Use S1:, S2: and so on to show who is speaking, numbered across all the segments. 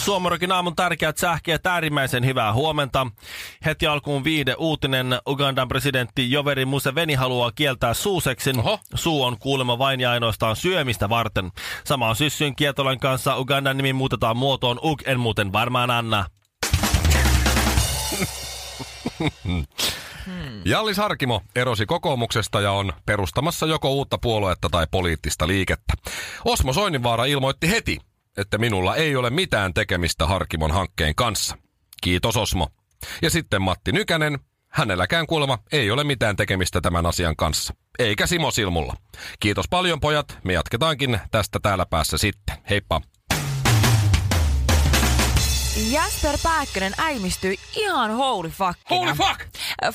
S1: Suomarokin aamun tärkeät sähkeet, äärimmäisen hyvää huomenta. Heti alkuun viide uutinen. Ugandan presidentti Joveri Museveni haluaa kieltää suuseksin. Oho. Suu on kuulemma vain ja ainoastaan syömistä varten. Sama on syssyn kietolan kanssa. Ugandan nimi muutetaan muotoon Ug, en muuten varmaan anna.
S2: Jallis Harkimo erosi kokoomuksesta ja on perustamassa joko uutta puoluetta tai poliittista liikettä. Osmo Soininvaara ilmoitti heti, että minulla ei ole mitään tekemistä Harkimon hankkeen kanssa. Kiitos Osmo. Ja sitten Matti Nykänen, hänelläkään kuulemma ei ole mitään tekemistä tämän asian kanssa. Eikä Simo Silmulla. Kiitos paljon pojat, me jatketaankin tästä täällä päässä sitten. Heippa.
S3: Jasper Pääkkönen äimistyi ihan holy fuckina.
S2: Holy fuck!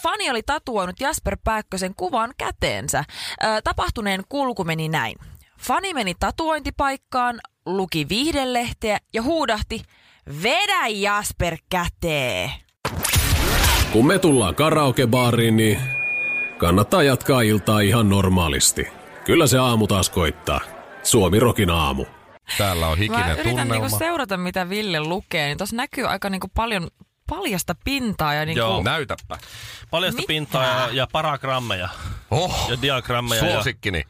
S3: Fani oli tatuoinut Jasper Pääkkösen kuvan käteensä. Ö, Tapahtuneen kulku meni näin. Fani meni tatuointipaikkaan, luki viihdelehteä ja huudahti, vedä Jasper käteen.
S4: Kun me tullaan karaokebaariin, niin kannattaa jatkaa iltaa ihan normaalisti. Kyllä se aamu taas koittaa. Suomi Rokin aamu.
S2: Täällä on
S3: Mä
S2: hikinen
S3: yritän
S2: tunnelma.
S3: niinku seurata, mitä Ville lukee, niin tuossa näkyy aika niinku paljon paljasta pintaa ja niinku...
S2: Joo, näytäpä.
S1: Paljasta
S3: Mitä?
S1: pintaa ja, ja paragrammeja
S2: Oh,
S1: ja diagrammeja.
S2: suosikkini.
S1: Ja,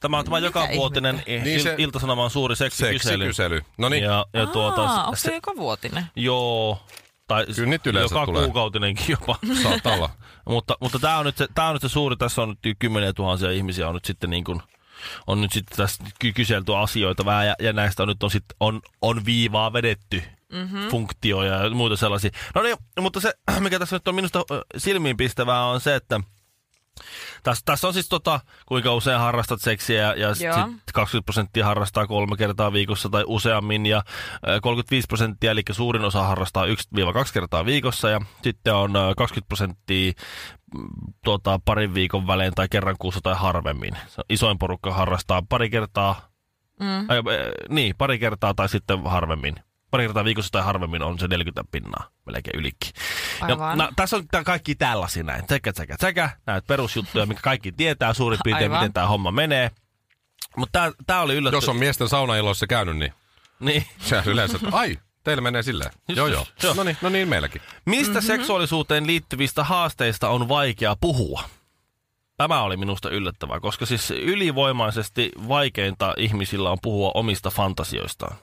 S1: tämä on tämä jokavuotinen eh, il,
S2: Niin se-
S1: iltasanoman suuri seksikysely.
S2: Seksikysely. No niin,
S1: Ja, ja tuota,
S3: Aa, onko
S1: se-
S3: se joka vuotinen?
S1: Joo. Tai
S2: Kyllä nyt yleensä
S1: joka
S2: tulee.
S1: kuukautinenkin jopa.
S2: saattaa olla.
S1: mutta mutta tämä on, nyt se, tää on nyt se suuri, tässä on nyt kymmeniä tuhansia ihmisiä on nyt sitten niin kuin, on nyt sitten tässä ky- kyselty asioita vähän ja, ja näistä on nyt on, sit, on, on viivaa vedetty. Mm-hmm. funktioja ja muita sellaisia. No niin, mutta se, mikä tässä nyt on minusta ö, silmiinpistävää on se, että tässä, tässä on siis tota, kuinka usein harrastat seksiä ja, ja sit
S3: Joo.
S1: sit 20 prosenttia harrastaa kolme kertaa viikossa tai useammin ja ö, 35 prosenttia, eli suurin osa harrastaa 1-2 kertaa viikossa ja sitten on ö, 20 prosenttia mm, tota, parin viikon välein tai kerran kuussa tai harvemmin. Se Isoin porukka harrastaa pari kertaa,
S3: Mm.
S1: ai, ö, niin, pari kertaa tai sitten harvemmin. Pari kertaa viikossa tai harvemmin on se 40 pinnaa, melkein ylikin.
S3: Aivan.
S1: no, tässä on tää kaikki tällaisia näin. Tsekä, tsekä, tsekä. Näitä perusjuttuja, mikä kaikki tietää suurin piirtein,
S3: Aivan.
S1: miten tämä homma menee. Mutta tää, tää oli yllätty.
S2: Jos on miesten saunailoissa käynyt, niin
S1: Niin.
S2: se yleensä, että ai, teillä menee silleen. Joo, joo.
S1: Joo.
S2: No niin, no niin meilläkin.
S1: Mistä mm-hmm. seksuaalisuuteen liittyvistä haasteista on vaikea puhua? Tämä oli minusta yllättävää, koska siis ylivoimaisesti vaikeinta ihmisillä on puhua omista fantasioistaan.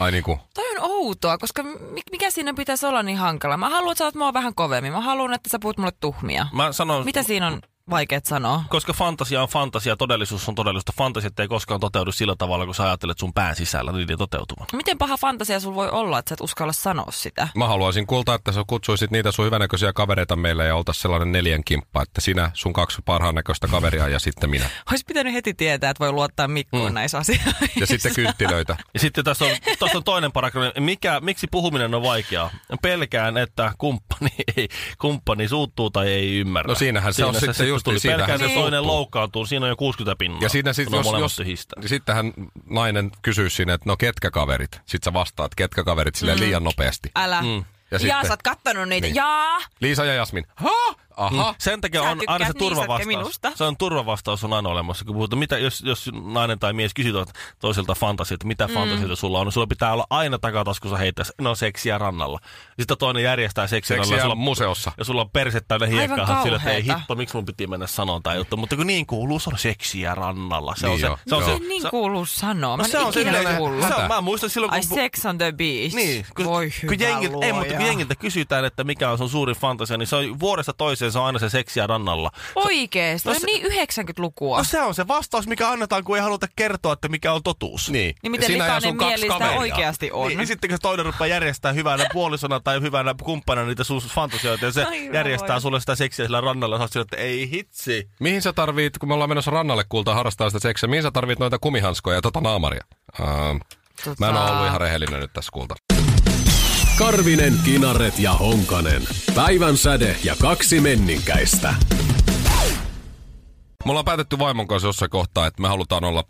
S2: Ai niin kuin,
S3: Toi on outoa, koska mi- mikä siinä pitäisi olla niin hankala? Mä haluan, että sä oot mua vähän kovemmin. Mä haluan, että sä puhut mulle tuhmia.
S1: Mä sanon,
S3: Mitä siinä on vaikeet sanoa?
S1: koska fantasia on fantasia, todellisuus on todellisuutta. Fantasiat ei koskaan toteudu sillä tavalla, kun sä ajattelet sun pään sisällä niiden toteutuvan.
S3: Miten paha fantasia sulla voi olla, että sä et uskalla sanoa sitä?
S2: mä haluaisin kuulta, että sä kutsuisit niitä sun hyvänäköisiä kavereita meille ja oltais sellainen neljän kimppa, että sinä, sun kaksi parhaan näköistä kaveria ja sitten minä.
S3: Olisi pitänyt heti tietää, että voi luottaa Mikkuun mm. näissä asioissa.
S2: Ja sitten kynttilöitä.
S1: Ja sitten tässä on, tässä on toinen paragrafi. Mikä, miksi puhuminen on vaikeaa? Pelkään, että kumppani, ei, kumppani suuttuu tai ei ymmärrä.
S2: No siinähän se on sitten
S1: sitten
S2: just
S1: tuli.
S2: niin, siinähän
S1: Pelkään,
S2: se
S1: että toinen
S2: suuttuu.
S1: loukkaantuu. Siinä on jo 60 pinnaa.
S2: Ja siinä sit,
S1: kun ne on
S2: jos,
S1: molemmat
S2: jos,
S1: tyhjistä.
S2: niin sittenhän nainen kysyy sinne, että no ketkä kaverit? Sitten sä vastaat, ketkä kaverit silleen mm. liian nopeasti.
S3: Älä. Mm.
S2: Ja
S3: Ja,
S2: sitten-
S3: Jaa, sä oot kattonut niitä.
S2: Niin.
S3: Niin. Jaa!
S2: Liisa ja Jasmin. Ha? Aha. Mm.
S1: Mm-hmm. Sen takia on
S3: Sä
S1: aina
S3: tykkäät
S1: se
S3: niistä,
S1: turvavastaus.
S3: etkä minusta.
S1: Se on turvavastaus on aina olemassa. Kun puhutaan, mitä, jos, jos nainen tai mies kysyy tuolta toiselta fantasioita, mitä mm. fantasioita sulla on, niin sulla pitää olla aina takataskussa heittää, se, no seksiä rannalla. Sitten toinen järjestää seksiä,
S2: Seksiä
S1: rannalla. Sulla,
S2: museossa.
S1: ja sulla on perse täynnä
S3: Aivan
S1: hiekkaa, sillä että ei
S3: kauheeta.
S1: hitto, miksi mun piti mennä sanoa tämä juttu. Mutta kun niin kuuluu, se on seksiä rannalla. Se on
S2: Niin
S1: se,
S2: joo,
S1: se, on No
S2: joo.
S1: se,
S3: Miten niin
S1: se,
S3: kuuluu sanoa? Mä
S1: no,
S3: en
S1: se on se
S3: ikinä
S1: yleinen
S3: kuullut.
S1: se on- Mä muistan silloin,
S3: Ai
S1: kun...
S3: sex on the beach.
S1: Niin, kun,
S3: Voi hyvä
S1: kun jengiltä, ei, mutta kun
S3: luoja.
S1: jengiltä kysytään, että mikä on sun suurin fantasia, niin se on vuodesta toiseen, se on aina se seksiä rannalla.
S3: Oikeesti,
S1: No
S3: no, on
S1: se-
S3: niin 90-lukua.
S1: No se on se vastaus, mikä annetaan, kun ei haluta kertoa, että mikä on totuus.
S2: Niin.
S3: niin miten
S2: Sinä ja
S3: likainen
S2: sun kaksi
S3: mieli sitä
S2: kaveria.
S3: oikeasti on.
S1: Niin, ja sitten kun se toinen rupeaa järjestää hyvänä puolisona tai hyvänä kumppana niitä sun fantasioita, ja se
S3: Ai, hyvä
S1: järjestää
S3: voi.
S1: sulle sitä seksiä sillä rannalla, ja sä oot sillä, että ei hitsi.
S2: Mihin sä tarvit, kun me ollaan menossa rannalle kulta harrastaa sitä seksiä, mihin sä tarvit noita kumihanskoja ja tota naamaria? Uh,
S3: Tota-
S2: Mä en ole ollut ihan rehellinen nyt tässä kulta.
S4: Karvinen, Kinaret ja Honkanen. Päivän säde ja kaksi menninkäistä.
S2: Me ollaan päätetty vaimon kanssa jossain kohtaa, että me halutaan olla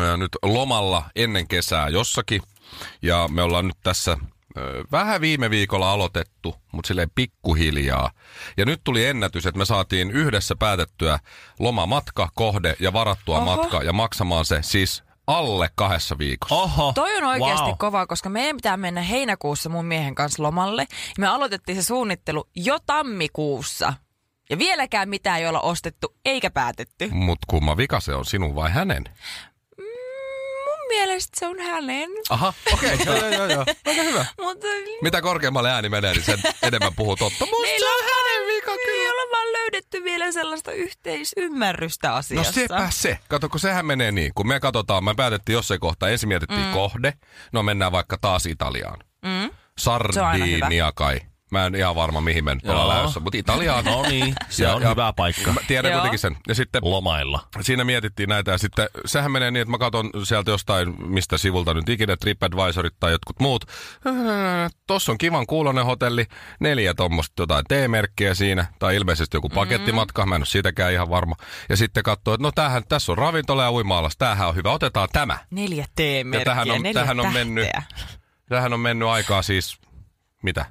S2: ö, nyt lomalla ennen kesää jossakin. Ja me ollaan nyt tässä ö, vähän viime viikolla aloitettu, mutta silleen pikkuhiljaa. Ja nyt tuli ennätys, että me saatiin yhdessä päätettyä lomamatka, kohde ja varattua Oho.
S3: Oho.
S2: matka ja maksamaan se siis alle kahdessa viikossa.
S1: Oho.
S3: Toi on oikeasti wow.
S1: wow.
S3: kova, koska meidän pitää mennä heinäkuussa mun miehen kanssa lomalle. Ja me aloitettiin se suunnittelu jo tammikuussa. Ja vieläkään mitään ei olla ostettu eikä päätetty.
S2: Mut kumma vika se on, sinun vai hänen?
S3: Mun mielestä se on hänen,
S2: Aha, okei, okay, joo, joo, joo. Aika hyvä.
S3: mutta
S2: Mitä korkeammalle ääni menee, niin sen enemmän puhuu totta. Musta se
S3: meillä
S2: on
S3: on
S2: hänen vika
S3: ei
S2: kyllä.
S3: olla vaan löydetty vielä sellaista yhteisymmärrystä
S2: No
S3: asiassa.
S2: sepä se. Kato, kun sehän menee niin. Kun me katsotaan, me päätettiin jossain kohtaa, ensin mietittiin mm. kohde. No mennään vaikka taas Italiaan. Mm.
S3: Se on aina hyvä.
S2: Sardinia kai. Mä en ihan varma, mihin me nyt ollaan
S1: Joo.
S2: lähdössä, mutta Italiaan.
S1: No niin, se
S2: Ja-
S1: on
S2: ja-
S1: hyvä paikka.
S2: Mä tiedän
S3: Joo.
S2: kuitenkin sen. Ja sitten
S1: Lomailla.
S2: siinä mietittiin näitä ja sitten sehän menee niin, että mä katson sieltä jostain, mistä sivulta nyt ikinä, TripAdvisorit tai jotkut muut. Äh, Tossa on kivan kuulonen hotelli, neljä tuommoista jotain T-merkkiä siinä, tai ilmeisesti
S3: Mm-hmm.
S2: joku pakettimatka, mä en ole siitäkään ihan varma. Ja sitten katsoo, että no tämähän, tässä on ravintola ja uimaalas, tämähän on hyvä, otetaan tämä.
S3: Neljä T-merkkiä,
S2: tähän on-
S3: neljä
S2: tähän on
S3: tähteä.
S2: mennyt. Tähän on mennyt aikaa siis, mitä,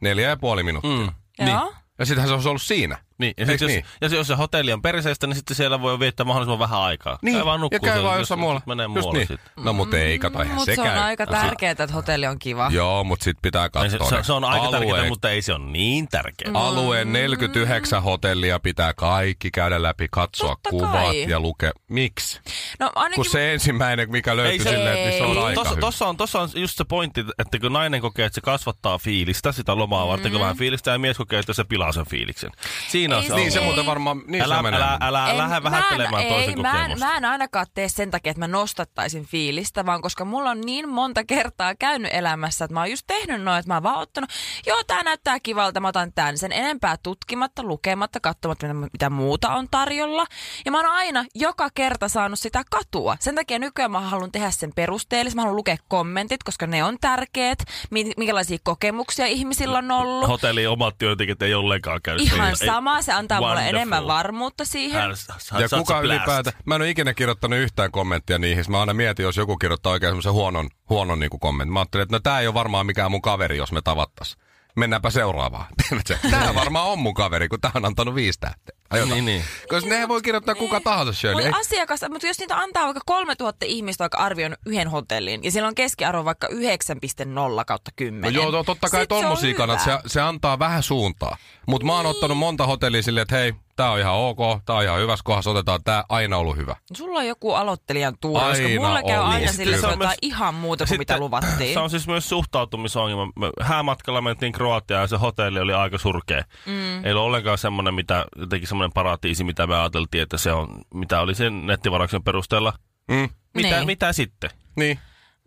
S2: neljä ja puoli minuuttia. Mm.
S3: Joo.
S2: Ja sittenhän se olisi ollut siinä.
S1: Niin, ja,
S2: Eiks
S1: sit jos, niin? ja se, jos se hotelli on perseistä, niin sitten siellä voi viettää mahdollisimman vähän aikaa.
S2: Niin,
S1: käy vaan nukkuu
S2: ja käy
S1: siellä,
S2: vaan
S1: jos-
S2: jossain muualla.
S1: jos Menee
S2: Just
S1: muualle
S2: niin.
S1: sitten.
S2: No mutta ei, kato, eihän
S3: Mutta
S2: se
S3: se on
S2: käy.
S3: aika
S2: No, sit-
S3: tärkeää, että hotelli on kiva.
S2: Joo, mutta sit pitää
S1: Ei Niin Se,
S2: katsoa.
S1: se,
S2: ne
S1: se on aika
S2: alueet.
S1: tärkeää, mutta ei se ole niin tärkeää.
S3: Mm.
S2: Alueen 49 hotellia pitää kaikki käydä läpi, katsoa
S3: Totta
S2: kuvat
S3: kai.
S2: ja lukea. Miksi?
S3: No ainakin
S2: Kun se ensimmäinen, mikä
S1: Ei
S2: löytyi
S1: se-
S2: silleen, että niin se on
S3: Ei.
S2: aika
S1: Tossa,
S2: hyvä.
S1: tossa, on, tossa on just se pointti, että kun nainen kokee, että se kasvattaa fiilistä, sitä lomaa varten, kun vähän fiilistä, ja mies kokee, että se pilaa sen fiiliksen. Siinä on
S3: Mm. Ei
S1: se
S3: se-
S2: Niin se
S1: ongelma.
S2: muuten varmaan, niin
S1: älä,
S2: se menee.
S1: älä, älä,
S3: En-
S1: lähde vähättelemään
S3: mä en,
S1: toisen
S3: ei, mä en,
S1: kokemusta.
S3: mä en ainakaan tee sen takia, että mä nostattaisin fiilistä, vaan koska mulla on niin monta kertaa käynyt elämässä, että mä oon just tehnyt noin, että mä oon vaan ottanut, joo, tää näyttää kivalta, mä otan tän sen enempää tutkimatta, lukematta, katsomatta, mitä, mitä muuta on tarjolla. Ja mä oon aina joka kerta saanut sitä katua. Sen takia nykyään mä haluan tehdä sen perusteellisesti, mä haluan lukea kommentit, koska ne on tärkeät, mi- minkälaisia kokemuksia ihmisillä on ollut.
S1: Hotelli omat työntekijät ei ollenkaan käynyt.
S3: Ihan
S1: siellä. Ei-
S3: sama, se antaa mulle
S1: Wonderful.
S3: enemmän varmuutta siihen.
S1: Hän- hän-
S2: Ja
S1: saat
S2: kuka
S1: sä blast.
S2: ylipäätään, mä en ole ikinä kirjoittanut yhtään kommenttia niihin. Mä aina mietin, jos joku kirjoittaa oikein semmoisen huonon, huonon niinku kommentin. Mä ajattelin, että no tää ei ole varmaan mikään mun kaveri, jos me tavattas. Mennäänpä seuraavaan. Tiedätkö? Tää varmaan on mun kaveri, kun tää on antanut viisi tähteä. Ajota.
S1: Niin, niin.
S2: Koska nehän voi kirjoittaa kuka tahansa, Shirley.
S3: Mutta
S2: Ei-
S3: Niin. asiakas, mutta jos niitä antaa vaikka 3000 ihmistä vaikka arvion yhden hotellin, ja siellä on keskiarvo vaikka 9,0 kautta 10.
S2: No joo, to- totta kai
S3: sit se on
S2: tommosia
S3: hyvä. Niin.
S2: kannat, se, se antaa vähän suuntaa. Mutta mä oon ottanut monta hotellia silleen, että hei, tää on ihan ok, tää on ihan hyvässä kohdassa, otetaan tää, aina ollut hyvä.
S3: Sulla on joku aloittelijan tuuri, koska
S2: Aina
S3: mulla käy
S2: on.
S3: aina
S2: Niin,
S3: sillä
S2: kyllä.
S3: se on
S1: Se on
S3: jotain
S1: myös-
S3: ihan muuta kuin mitä luvattiin.
S1: Se on siis myös suhtautumisongelma. Me Häämatkalla mentiin Kroatiaan ja se hotelli oli aika surkea. Mm. Ei ollut ollenkaan semmoinen, mitä, jotenkin semmoinen paratiisi, mitä me ajateltiin, että se on, mitä oli sen nettivarauksen perusteella.
S2: Mm.
S1: Mitä,
S3: Niin. No
S1: mitä sitten?
S2: Niin.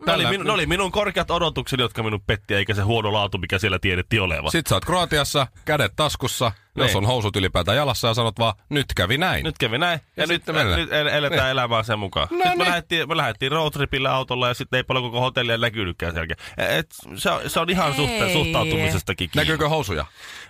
S1: Tää oli minu, ne oli minun korkeat odotukseni, jotka minun petti, eikä se huono laatu, mikä siellä tiedettiin olevan.
S2: Sitten sä oot Kroatiassa, kädet taskussa, jos
S1: Niin.
S2: on housut ylipäätään jalassa ja sanot vaan, nyt kävi näin.
S1: Nyt kävi näin, ja,
S2: Ja
S1: ja nyt,
S2: sitten mennään.
S1: nyt el- eletään
S2: Niin.
S1: niin. elämää sen mukaan. No, sitten me
S2: niin.
S1: lähdettiin, me lähdettiin roadtripillä autolla, ja sitten ei paljon koko hotellia näkynytkään sen jälkeen. Et, se, on- se on ihan suhte,
S3: Ei.
S1: suhtautumisestakin kiinni.
S2: Näkyykö housuja?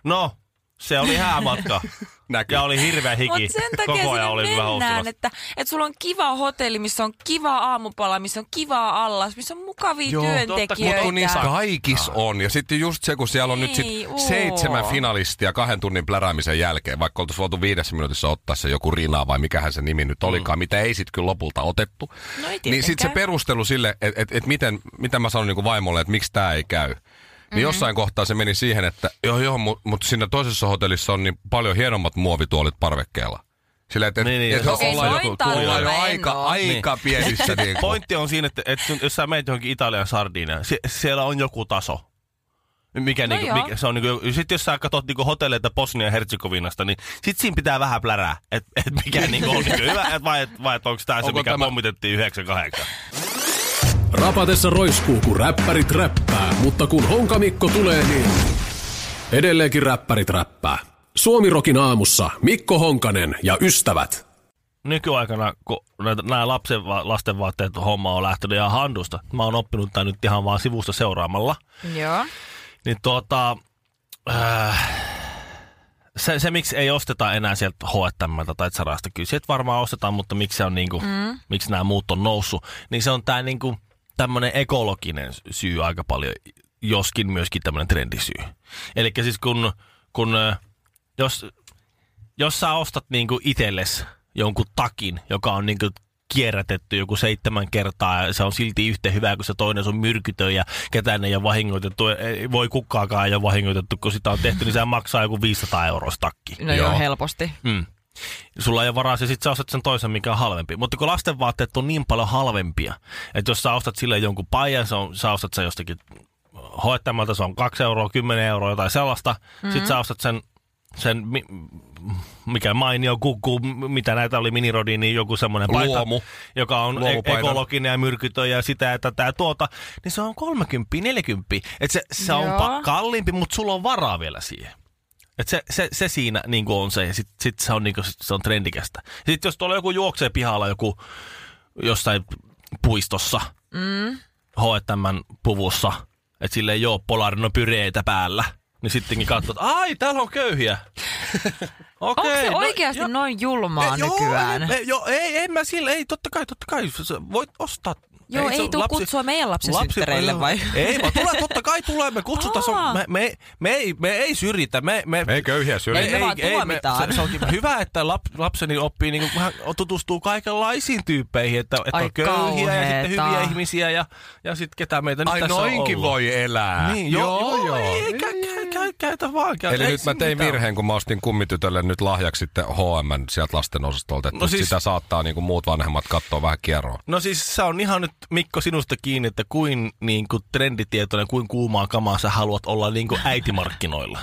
S1: No, se oli häämatka.
S2: Näkyy.
S1: ja oli hirveä hiki.
S3: Mutta sen takia
S1: Koko ajan
S3: sinne
S1: oli vähän
S3: mennään,
S1: hostumassa.
S3: että, että sulla on kiva hotelli, missä on kiva aamupala, missä on kiva allas, missä on mukavia
S2: Joo, totta,
S3: työntekijöitä.
S2: Mutta kun
S1: niin
S2: niissä kaikissa on. Ja sitten just se, kun siellä on nyt sit
S3: Ei oo.
S2: seitsemän finalistia kahden tunnin pläräämisen jälkeen, vaikka oltaisiin voitu viidessä minuutissa ottaa se joku Rina vai mikähän se nimi nyt olikaan, mitä ei sitten kyllä lopulta otettu.
S3: Mm. No ei
S2: niin sitten se
S3: tietenkään.
S2: perustelu sille, että et, et miten, mitä mä sanon niinku vaimolle, että miksi tämä ei käy.
S3: Mm-hmm.
S2: Niin jossain kohtaa se meni siihen, että joo joo, mutta mut siinä toisessa hotellissa on niin paljon hienommat muovituolit parvekkeella. Sillä että et,
S1: Niin, niin,
S2: et,
S1: ja
S3: Okei,
S2: ollaan jo-
S3: soin tarjolla
S2: ollaan jo
S3: en
S2: aika,
S3: oo.
S2: aika pienissä. niin kuin.
S1: Pointti on siinä, että, että sun- jos sä menet johonkin Italian sardiinaan, sie- siellä on joku taso. Mikä,
S3: No
S1: niinku,
S3: joo.
S1: mikä se on niinku, sit jos sä katsot niinku hotelleita Bosnia ja Herzegovinasta, niin sit siinä pitää vähän plärää, että et mikä niinku on niinku hyvä, et vai, et, vai et onko tää se,
S2: Onko
S1: mikä
S2: tämä-
S1: tämä... pommitettiin 98.
S4: Rapatessa roiskuu, kun räppärit räppää, mutta kun Honkamikko tulee, niin edelleenkin räppärit räppää. Suomirokin aamussa Mikko Honkanen ja ystävät.
S1: Nykyaikana, kun näitä, nämä lapsen, lasten vaatteet homma on lähtenyt ihan handusta, mä oon oppinut tän nyt ihan vaan sivusta seuraamalla.
S3: Joo.
S1: Niin tuota, äh, se, se, miksi ei osteta enää sieltä H&Mltä tai Zarasta, kyllä sieltä varmaan ostetaan, mutta miksi, se on niinku, mm. miksi nämä muut on noussut, niin se on tämä niinku, tämmöinen ekologinen syy aika paljon, joskin myöskin tämmöinen trendisyy. Eli siis kun, kun äh, ö, jos, jos sä ostat niinku itsellesi jonkun takin, joka on niinku kierrätetty joku seitsemän kertaa ja se on silti yhtä hyvää kuin se toinen, se on myrkytön ja ketään ei ole vahingoitettu, ei voi kukkaakaan ei ole vahingoitettu, kun sitä on tehty, niin se maksaa joku 500 euroa se takki.
S3: No joo,
S2: Joo.
S3: helposti.
S1: Mm. Sulla ei ole varaa, ja sit sä ostat sen toisen, mikä on halvempi. Mutta kun lastenvaatteet on niin paljon halvempia, että jos sä ostat sille jonkun paijan, se on, sä ostat sen jostakin hoettamalta, se on 2 euroa, 10 euroa, jotain sellaista. Mm-hmm. Sitten sä ostat sen, sen mi- mikä mainio kukku, m- mitä näitä oli minirodi, niin joku semmoinen paita,
S2: Luomu.
S1: joka on e-
S2: Luomupaita.
S1: ekologinen ja myrkytön ja sitä ja tätä ja tuota, niin se on 30, 40. Et se, se on
S3: Joo.
S1: pa- kalliimpi, mutta sulla on varaa vielä siihen. Et se, se, se siinä niin on se, ja sit, sit se, on, niin kuin, sit se on trendikästä. Sitten jos tuolla joku juoksee pihalla joku jossain puistossa, mm. H&M puvussa, että sillä ei ole polarinopireitä päällä, niin sittenkin katsoo, että ai, täällä on köyhiä.
S3: Onko
S1: Okei, no,
S3: se oikeasti
S1: jo-
S3: noin julmaa
S1: ei,
S3: nykyään?
S1: Joo, ei, ei, joo, ei, en mä sillä, ei, totta kai, totta kai, sä- sä voit ostaa.
S3: Joo, ei
S1: se-
S3: tuu kutsua meidän lapsen synttäreille vai?
S1: Ei, vaan tulee, totta kai tulee, me kutsutaan, se
S3: Aa.
S1: on, me, me, me, ei, me ei syrjitä, me, me,
S2: Ei köyhiä syö.
S3: Ei me vaan tuomitaan.
S1: se, se onkin hyvä, että lap, lapseni oppii, niin vähän tutustuu kaikenlaisiin tyyppeihin, että, että
S3: Ai
S1: on köyhiä ja sitten
S3: kauheeta.
S1: hyviä ihmisiä ja, ja sitten ketä meitä nyt
S2: Ai
S1: tässä
S2: noinkin
S1: on ollut.
S2: voi elää.
S1: Niin, joo, joo, joo. Ei, käy, käy, käy, käytä vaan. Käytä.
S2: Eli
S1: ei
S2: nyt mä
S1: siinä
S2: tein
S1: mitään.
S2: virheen, kun mä ostin kummitytölle nyt lahjaksi sitten H&M sieltä lasten osastolta. Että
S1: No
S2: no
S1: siis-
S2: siis... sitä saattaa niin kuin muut vanhemmat katsoa vähän kierroa.
S1: No siis se on ihan nyt Mikko sinusta kiinni, että kuin, niin kuin trenditietoinen, kuin kuumaa kamaa sä haluat olla niin kuin äitimarkkinoilla.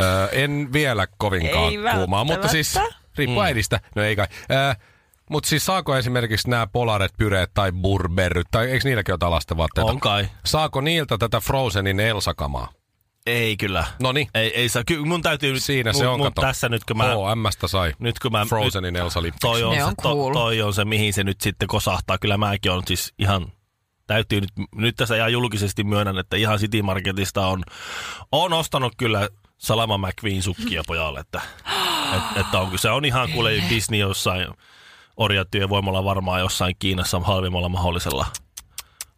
S2: Öö, en vielä kovinkaan
S3: Ei
S2: kuumaa, mutta siis
S3: välttämättä.
S1: Mm.
S2: riippuu äidistä. No ei kai. Öö, mutta siis saako esimerkiksi nämä polaret, pyreet tai burberryt, tai eikö niilläkin jotain lastenvaatteita?
S1: On kai.
S2: Saako niiltä tätä Frozenin Elsa-kamaa?
S1: Ei kyllä.
S2: Noniin.
S1: Ei, ei saa. Kyllä mun täytyy nyt,
S2: Siinä se
S1: mun,
S2: on,
S1: mun
S2: kato.
S1: tässä nyt kun mä...
S2: H&Mstä sai
S1: Nyt kun mä...
S2: Frozenin
S1: nyt,
S2: Elsa lippiksi.
S1: toi on,
S3: Ne
S1: se,
S3: on cool.
S1: to, toi on se, mihin se nyt sitten kosahtaa. Kyllä mäkin on siis ihan... Täytyy nyt, nyt tässä ihan julkisesti myönnän, että ihan City Marketista on, on ostanut kyllä Salama McQueen sukkia pojalle. Että, et, että on, se on ihan kuule Disney jossain orjatyövoimalla varmaan jossain Kiinassa halvimmalla mahdollisella.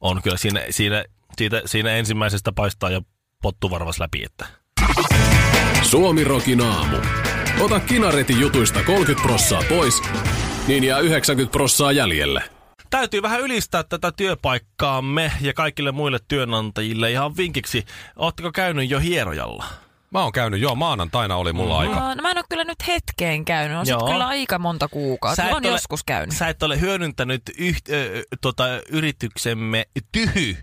S1: On kyllä siinä, siinä, siitä, siinä ensimmäisestä paistaa jo pottu varvas läpi, että
S4: Suomi Rokin aamu. Ota kinaretin jutuista 30 prossaa pois, niin jää 90 prossaa jäljelle.
S1: Täytyy vähän ylistää tätä työpaikkaamme ja kaikille muille työnantajille ihan vinkiksi. Ootteko käynyt jo hierojalla?
S2: Mä oon käynyt, joo, maanantaina oli mulla
S1: Mm-hmm.
S2: aika.
S3: No, no mä en ole kyllä nyt hetkeen käynyt. On sit
S1: Joo.
S3: kyllä aika monta kuukautta.
S1: et
S3: On joskus käynyt.
S1: Sä et ole hyödyntänyt yh, ö, tota, yrityksemme tyhy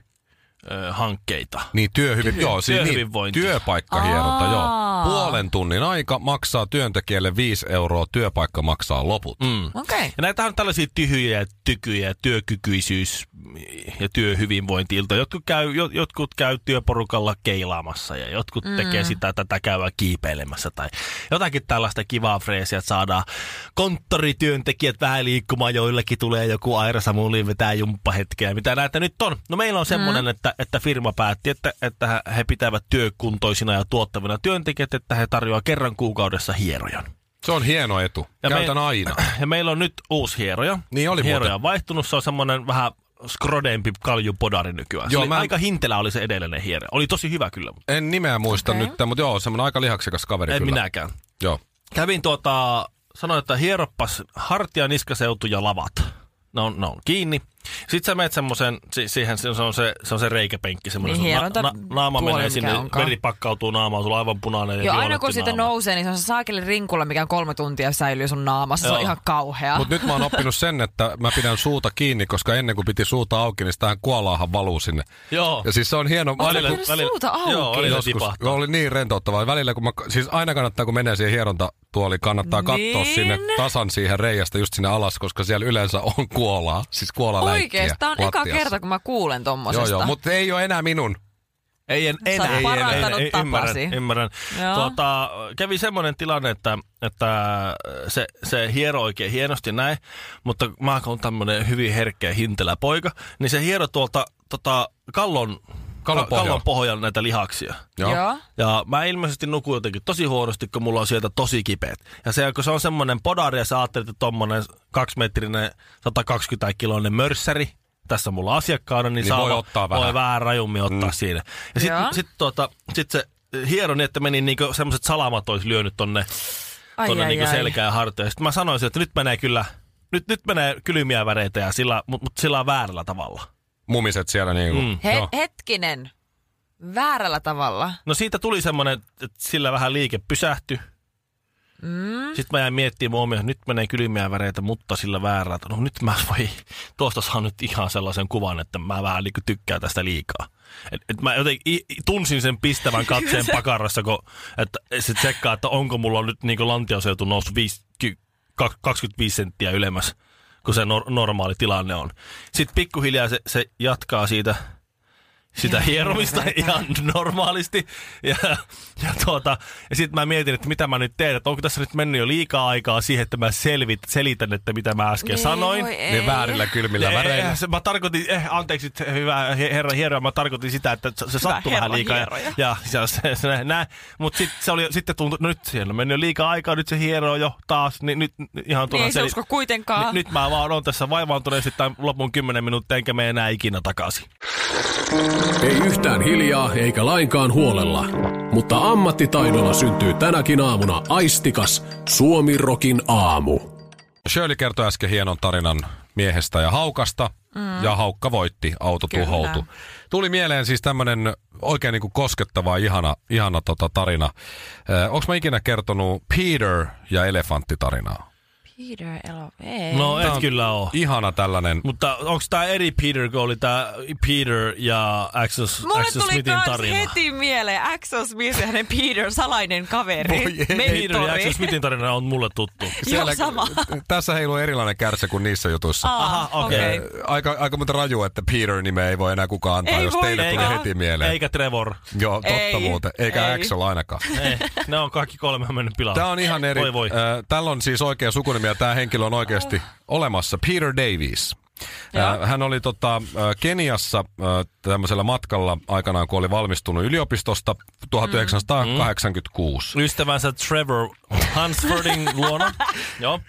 S1: ö, hankkeita.
S2: Niin työhyvin, joo, siis niin,
S1: työhyvinvointi.
S2: työpaikkahieronta, joo.
S3: Aa.
S2: Puolen tunnin aika maksaa työntekijälle 5 euroa, työpaikka maksaa loput. Mm.
S3: Okei. Okay.
S1: Ja näitä on tällaisia tyhyjä ja tykyjä, työkykyisyys ja työhyvinvointi-iltoja. Jotkut käy, jo- jotkut käy työporukalla keilaamassa ja jotkut mm. tekee sitä tätä käyvää kiipeilemässä tai jotakin tällaista kivaa freesiä, että saadaan konttorityöntekijät vähän liikkumaan, joillekin tulee joku Aira Samuliin vetää jumppahetkeä, mitä näitä nyt on. No meillä on semmoinen, mm. että, että firma päätti, että, että he pitävät työkuntoisina ja tuottavina työntekijät, että he tarjoaa kerran kuukaudessa hierojan.
S2: Se on hieno etu. Ja Käytän me... aina.
S1: Ja meillä on nyt uusi hieroja.
S2: Niin oli
S1: Hieroja
S2: muuten.
S1: on vaihtunut, se on semmoinen vähän skrodempi kaljupodari nykyään. Joo,
S2: Joo,
S1: oli,
S2: mä-
S1: Aika hintelä oli se edellinen hiero. Oli tosi hyvä kyllä, mutta
S2: En nimeä muista
S3: Okei.
S2: okay. nyt, mutta joo, semmoinen aika lihaksikas kaveri
S1: en
S2: kyllä.
S1: minäkään.
S2: Joo.
S1: Kävin tuota, sanoin, että hieroppas hartia, niskaseutu ja lavat. Ne on, ne on kiinni. Sitten sä menet semmoisen, si- siihen se on se, on se, se, on se reikäpenkki, semmoinen
S3: Niin,
S1: sun
S3: hieronta
S1: naama
S3: puoli,
S1: menee
S3: mikä
S1: sinne,
S3: onkaan.
S1: veri pakkautuu naamaan, sulla on aivan punainen ja
S3: Joo, aina
S1: violetti
S3: kun siitä
S1: naama.
S3: nousee, niin se on se saakeli rinkulla, mikä on kolme tuntia säilyy sun naamassa. Se on
S1: Joo.
S3: ihan kauhea.
S2: Mutta nyt mä oon oppinut sen, että mä pidän suuta kiinni, koska ennen kuin piti suuta auki, niin sitähän kuolaahan valuu sinne.
S1: Joo.
S2: Ja siis se on hieno.
S3: Välillä- pitänyt suuta auki?
S1: Joo, välillä
S2: Joskus,
S1: tipahtaa.
S2: oli niin rentouttavaa. Välillä kun mä, siis aina kannattaa, kun menee siihen hierontatuoliin, kannattaa katsoa
S3: Niin.
S2: sinne tasan siihen reiästä just sinne alas, koska siellä yleensä on kuolaa. Siis kuola
S3: Oikeastaan on eka kerta, kun mä kuulen tommosesta.
S2: Joo, joo, mutta ei ole enää minun.
S1: Ei en,
S3: Sä oot
S1: enää. Ei,
S3: parantanut
S1: ei, ei,
S3: tapasi.
S1: Ymmärrän, ymmärrän.
S3: Joo.
S1: Tuota, kävi semmoinen tilanne, että, että se, se hiero oikein hienosti näin, mutta mä oon tämmöinen hyvin herkkä ja hintelä poika, niin se hiero tuolta tota, kallon
S2: Kallonpohjalla.
S1: kallon pohjalla näitä lihaksia.
S2: Joo.
S3: Joo.
S1: Ja mä ilmeisesti nukun jotenkin tosi huonosti, kun mulla on sieltä tosi kipeät. Ja se, kun se on semmoinen podari ja sä ajattelet, että tommonen kaksimetrinen 120 kiloinen mörssäri, tässä mulla asiakkaana, niin,
S2: Niin
S1: saa
S2: voi
S1: olla-
S2: ottaa
S1: voi
S2: vähän.
S1: vähän rajummin ottaa mm. siinä. Ja sitten
S3: Joo.
S1: sit, tota, sit se hiero niin, että meni niinku semmoiset salamat olisi lyönyt tonne,
S3: Ai,
S1: tonne
S3: ai,
S1: niinku
S3: ai.
S1: selkään ja hartioon. Sitten mä sanoisin, että nyt menee kyllä, nyt, nyt menee kylmiä väreitä, ja sillä, mutta mut sillä on väärällä tavalla.
S2: Mumiset siellä niinku. Mm.
S3: He, hetkinen. Väärällä tavalla.
S1: No siitä tuli semmoinen, että sillä vähän liike pysähtyi. Mm. Sitten mä jäin miettimään mun omia, nyt menee kylmiä väreitä, mutta sillä väärää. No nyt mä voi, tuosta saan nyt ihan sellaisen kuvan, että mä vähän niin tykkään tästä liikaa. Et, et mä jotenkin i- i- tunsin sen pistävän katseen pakarassa, kun että se tsekkaa, että onko mulla nyt niin lantioseutu noussut viis- ky- kak- 25 senttiä ylemmäs, kun se nor- normaali tilanne on. Sitten pikkuhiljaa se, se jatkaa siitä sitä hieromista ihan normaalisti. Ja, ja, tuota, ja sitten mä mietin, että mitä mä nyt teen, että onko tässä nyt mennyt jo liikaa aikaa siihen, että mä selvit, selitän, että mitä mä äsken
S3: Niin,
S1: sanoin.
S3: voi ei.
S2: Ne väärillä kylmillä
S1: Ja
S2: väreillä.
S1: eihän se- Mä tarkoitin, eh, anteeksi te- hyvä he- herra hieroja, mä tarkoitin sitä, että se- se sattui
S3: herra
S1: vähän liikaa. Ja,
S3: hieroja.
S1: ja, ja se, se, näin. Mutta sit, se oli, sitten tuntui, no nyt siellä on mennyt jo liikaa aikaa, nyt se hieroo jo taas, niin nyt ihan
S3: Niin
S1: turha
S3: ei se
S1: seli-
S3: usko kuitenkaan.
S1: Nyt- nyt mä vaan oon tässä vaivaantuneesti tämän lopun kymmenen minuuttia, enkä me enää ikinä takaisin.
S4: Ei yhtään hiljaa eikä lainkaan huolella, mutta ammattitaidolla syntyy tänäkin aamuna aistikas Suomirokin aamu.
S2: Shirley kertoi äsken hienon tarinan miehestä ja haukasta. Mm. Ja haukka voitti, auto
S3: Kyllä.
S2: tuhoutui. Tuli mieleen siis tämmöinen oikein niin kuin koskettava ihana, ihana tota tarina. Äh, Onko mä ikinä kertonut Peter ja elefantti tarinaa?
S3: Peter Elo... Ei.
S1: No
S2: Tää
S1: et
S2: on-
S1: kyllä oo.
S2: Ihana tällainen.
S1: Mutta onko tämä eri Peter, kun oli tämä Peter ja Access,
S3: Mulle
S1: Access
S3: tuli
S1: Smithin
S3: kans
S1: tarina?
S3: heti mieleen Axel Smith ja hänen Peter salainen kaveri.
S2: Voi ei.
S1: Peter ja
S3: Mentori.
S1: Access Smithin tarina on mulle tuttu.
S3: Joo, sama.
S2: Tässä heiluu erilainen kärsä kuin niissä jutuissa.
S1: Aha, okei.
S3: okei.
S2: Äh, Aika, aika monta raju, että Peter-nimeä ei voi enää kukaan antaa,
S3: Ei
S2: jos teille
S3: voikaan.
S2: tuli heti mieleen.
S1: Eikä Trevor.
S2: Joo, totta
S3: Ei.
S2: muuten. Eikä
S3: Ei.
S2: Axel ainakaan.
S1: Ei, ne on kaikki kolme mennyt pilalle.
S2: Tämä on ihan eri.
S1: Voi voi.
S2: Äh, tällä on siis oikea sukunimi ja tämä henkilö on oikeasti olemassa. Peter Davies. Äh, Hän oli tota, äh, Keniassa äh, tämmöisellä matkalla aikanaan, kun oli valmistunut yliopistosta 1986.
S1: Ystävänsä Trevor Hansfordin luona. Joo.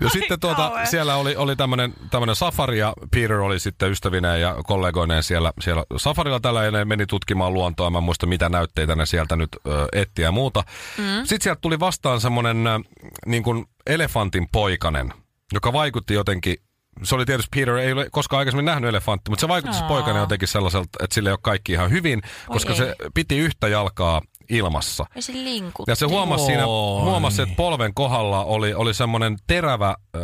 S2: Ja sitten tuota,
S3: kauhean.
S2: siellä oli, oli tämmöinen safari ja Peter oli sitten ystävineen ja kollegoineen siellä, siellä safarilla tällä ja ne meni tutkimaan luontoa. Mä en muista mitä näytteitä ne sieltä nyt ö, etti ja muuta. Mm. Sitten sieltä tuli vastaan semmoinen ö, niin kuin elefantin poikanen, joka vaikutti jotenkin se oli tietysti Peter ei ole koskaan aikaisemmin nähnyt elefanttia, mutta se vaikutti se poikana jotenkin sellaiselta, että sillä ei ole kaikki ihan hyvin, koska
S3: ei.
S2: se piti yhtä jalkaa ilmassa.
S3: Ja se linkut.
S2: Ja se huomasi
S1: Oi.
S2: siinä, huomasi, että polven kohdalla oli, oli semmoinen terävä äh,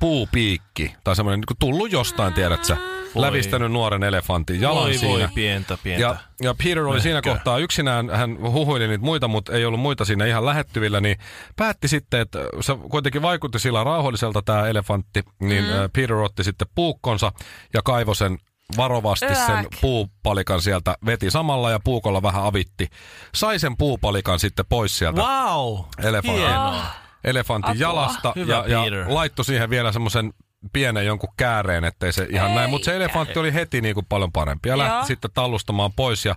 S2: puupiikki, tai semmoinen niin tullut jostain, tiedät sä,
S1: Voi.
S2: lävistänyt nuoren elefantin jalan
S1: Voi
S2: siinä.
S1: voi, pientä, pientä.
S2: Ja, ja Peter oli siinä
S1: Möhkö.
S2: kohtaa yksinään, hän huhuili niitä muita, mutta ei ollut muita siinä ihan lähettyvillä, niin päätti sitten, että se kuitenkin vaikutti sillä rauhalliselta tämä elefantti, niin mm. Peter otti sitten puukkonsa ja kaivoi sen varovasti sen
S3: Yäk.
S2: puupalikan sieltä, veti samalla ja puukolla vähän avitti. Sai sen puupalikan sitten pois sieltä
S1: Wow.
S2: elefantin,
S1: Hienoa.
S2: elefantin
S3: Apua.
S2: Ah. jalasta
S1: Hyvä,
S2: ja,
S1: Peter.
S2: ja laittoi siihen vielä semmoisen pienen jonkun kääreen, ettei se ihan näin. Mutta se
S3: Eikä.
S2: elefantti oli heti niin kuin paljon parempi ja
S3: Joo.
S2: lähti sitten tallustamaan pois. Ja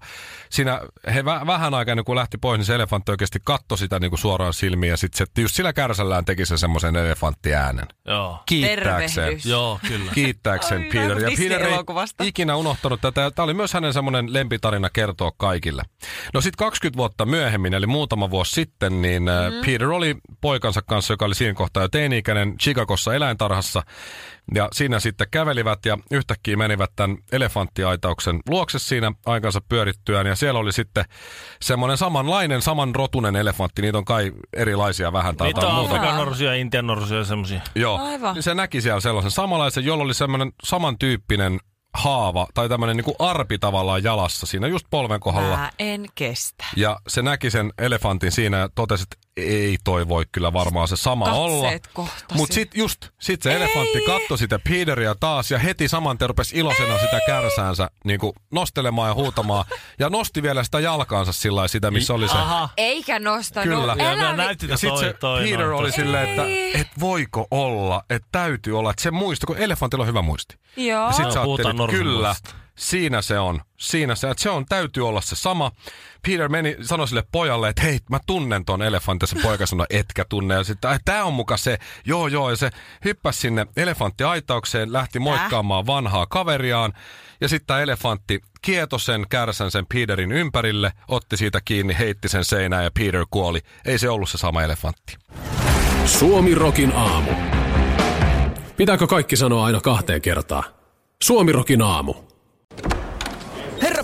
S2: siinä he vä- vähän aikaa ennen kuin lähti pois, niin se elefantti oikeasti katsoi sitä niin kuin suoraan silmiin. Ja sitten se just sillä kärsällään teki sen semmoisen elefanttiäänen.
S1: Joo.
S2: Kiittääkseen.
S3: Tervehdys.
S1: Joo, kyllä.
S2: Kiittääkseen
S3: Ai,
S2: Peter.
S3: näin
S2: Ja
S3: on
S2: Peter
S3: Disney-elokuvasta.
S2: ei ikinä unohtanut tätä. Tämä oli myös hänen semmoinen lempitarina kertoa kaikille. No sitten 20 vuotta myöhemmin, eli muutama vuosi sitten, niin mm. Peter oli poikansa kanssa, joka oli siinä kohtaa jo teini-ikäinen, Chicagossa eläintarhassa. Ja siinä sitten kävelivät ja yhtäkkiä menivät tämän elefanttiaitauksen luokse siinä aikansa pyörittyään. Ja siellä oli sitten semmoinen samanlainen, saman rotunen elefantti. Niitä on kai erilaisia vähän tai
S1: Niitä
S2: jotain
S1: on
S2: muuta.
S1: Afrikan norsuja, Intian norsuja ja semmosia.
S2: Joo.
S3: Aivan.
S2: Niin se näki siellä sellaisen samanlaisen, jolla oli semmoinen samantyyppinen haava tai tämmöinen niin arpi tavallaan jalassa siinä just polven kohdalla.
S3: Mä en kestä.
S2: Ja se näki sen elefantin siinä ja totesi, että ei toi voi kyllä varmaan se sama
S3: Katseet
S2: olla.
S3: kohtasi.
S2: Mutta sitten just sit se elefantti katsoi sitä Peteria taas ja heti saman te rupesi iloisena sitä kärsäänsä niin kuin nostelemaan ja huutamaan. ja nosti vielä sitä jalkaansa sillä lailla, sitä, missä oli se.
S1: Aha.
S3: Eikä nostanut.
S2: Kyllä.
S3: Älä
S1: Ja
S3: nyt-
S1: näytti,
S2: Ja
S1: että
S2: sitten
S1: toi,
S2: se
S1: toi
S2: Peter
S1: noin
S2: oli
S1: tossa.
S2: silleen, että et voiko olla, että täytyy olla, että se muisto, kun elefantilla on hyvä muisti.
S3: Joo.
S1: Joo,
S2: Ja sit sä ajattelit,
S1: puhutaan norsun
S2: kyllä,
S1: muistista.
S2: Siinä se on. Siinä se, että se on, täytyy olla se sama. Peter meni, sanoi sille pojalle, että hei, mä tunnen ton elefantin. Se poika sanoi, etkä tunne. Ja sitten, "Ai, tää on muka se, joo joo. Ja se hyppäsi sinne elefanttiaitaukseen, lähti moikkaamaan vanhaa kaveriaan. Ja sitten tämä elefantti kietoi sen kärsän sen Peterin ympärille, otti siitä kiinni, heitti sen seinään ja Peter kuoli. Ei se ollut se sama elefantti.
S4: Suomi Rokin aamu. Pitääkö kaikki sanoa aina kahteen kertaan? Suomi Rokin aamu.
S5: Herra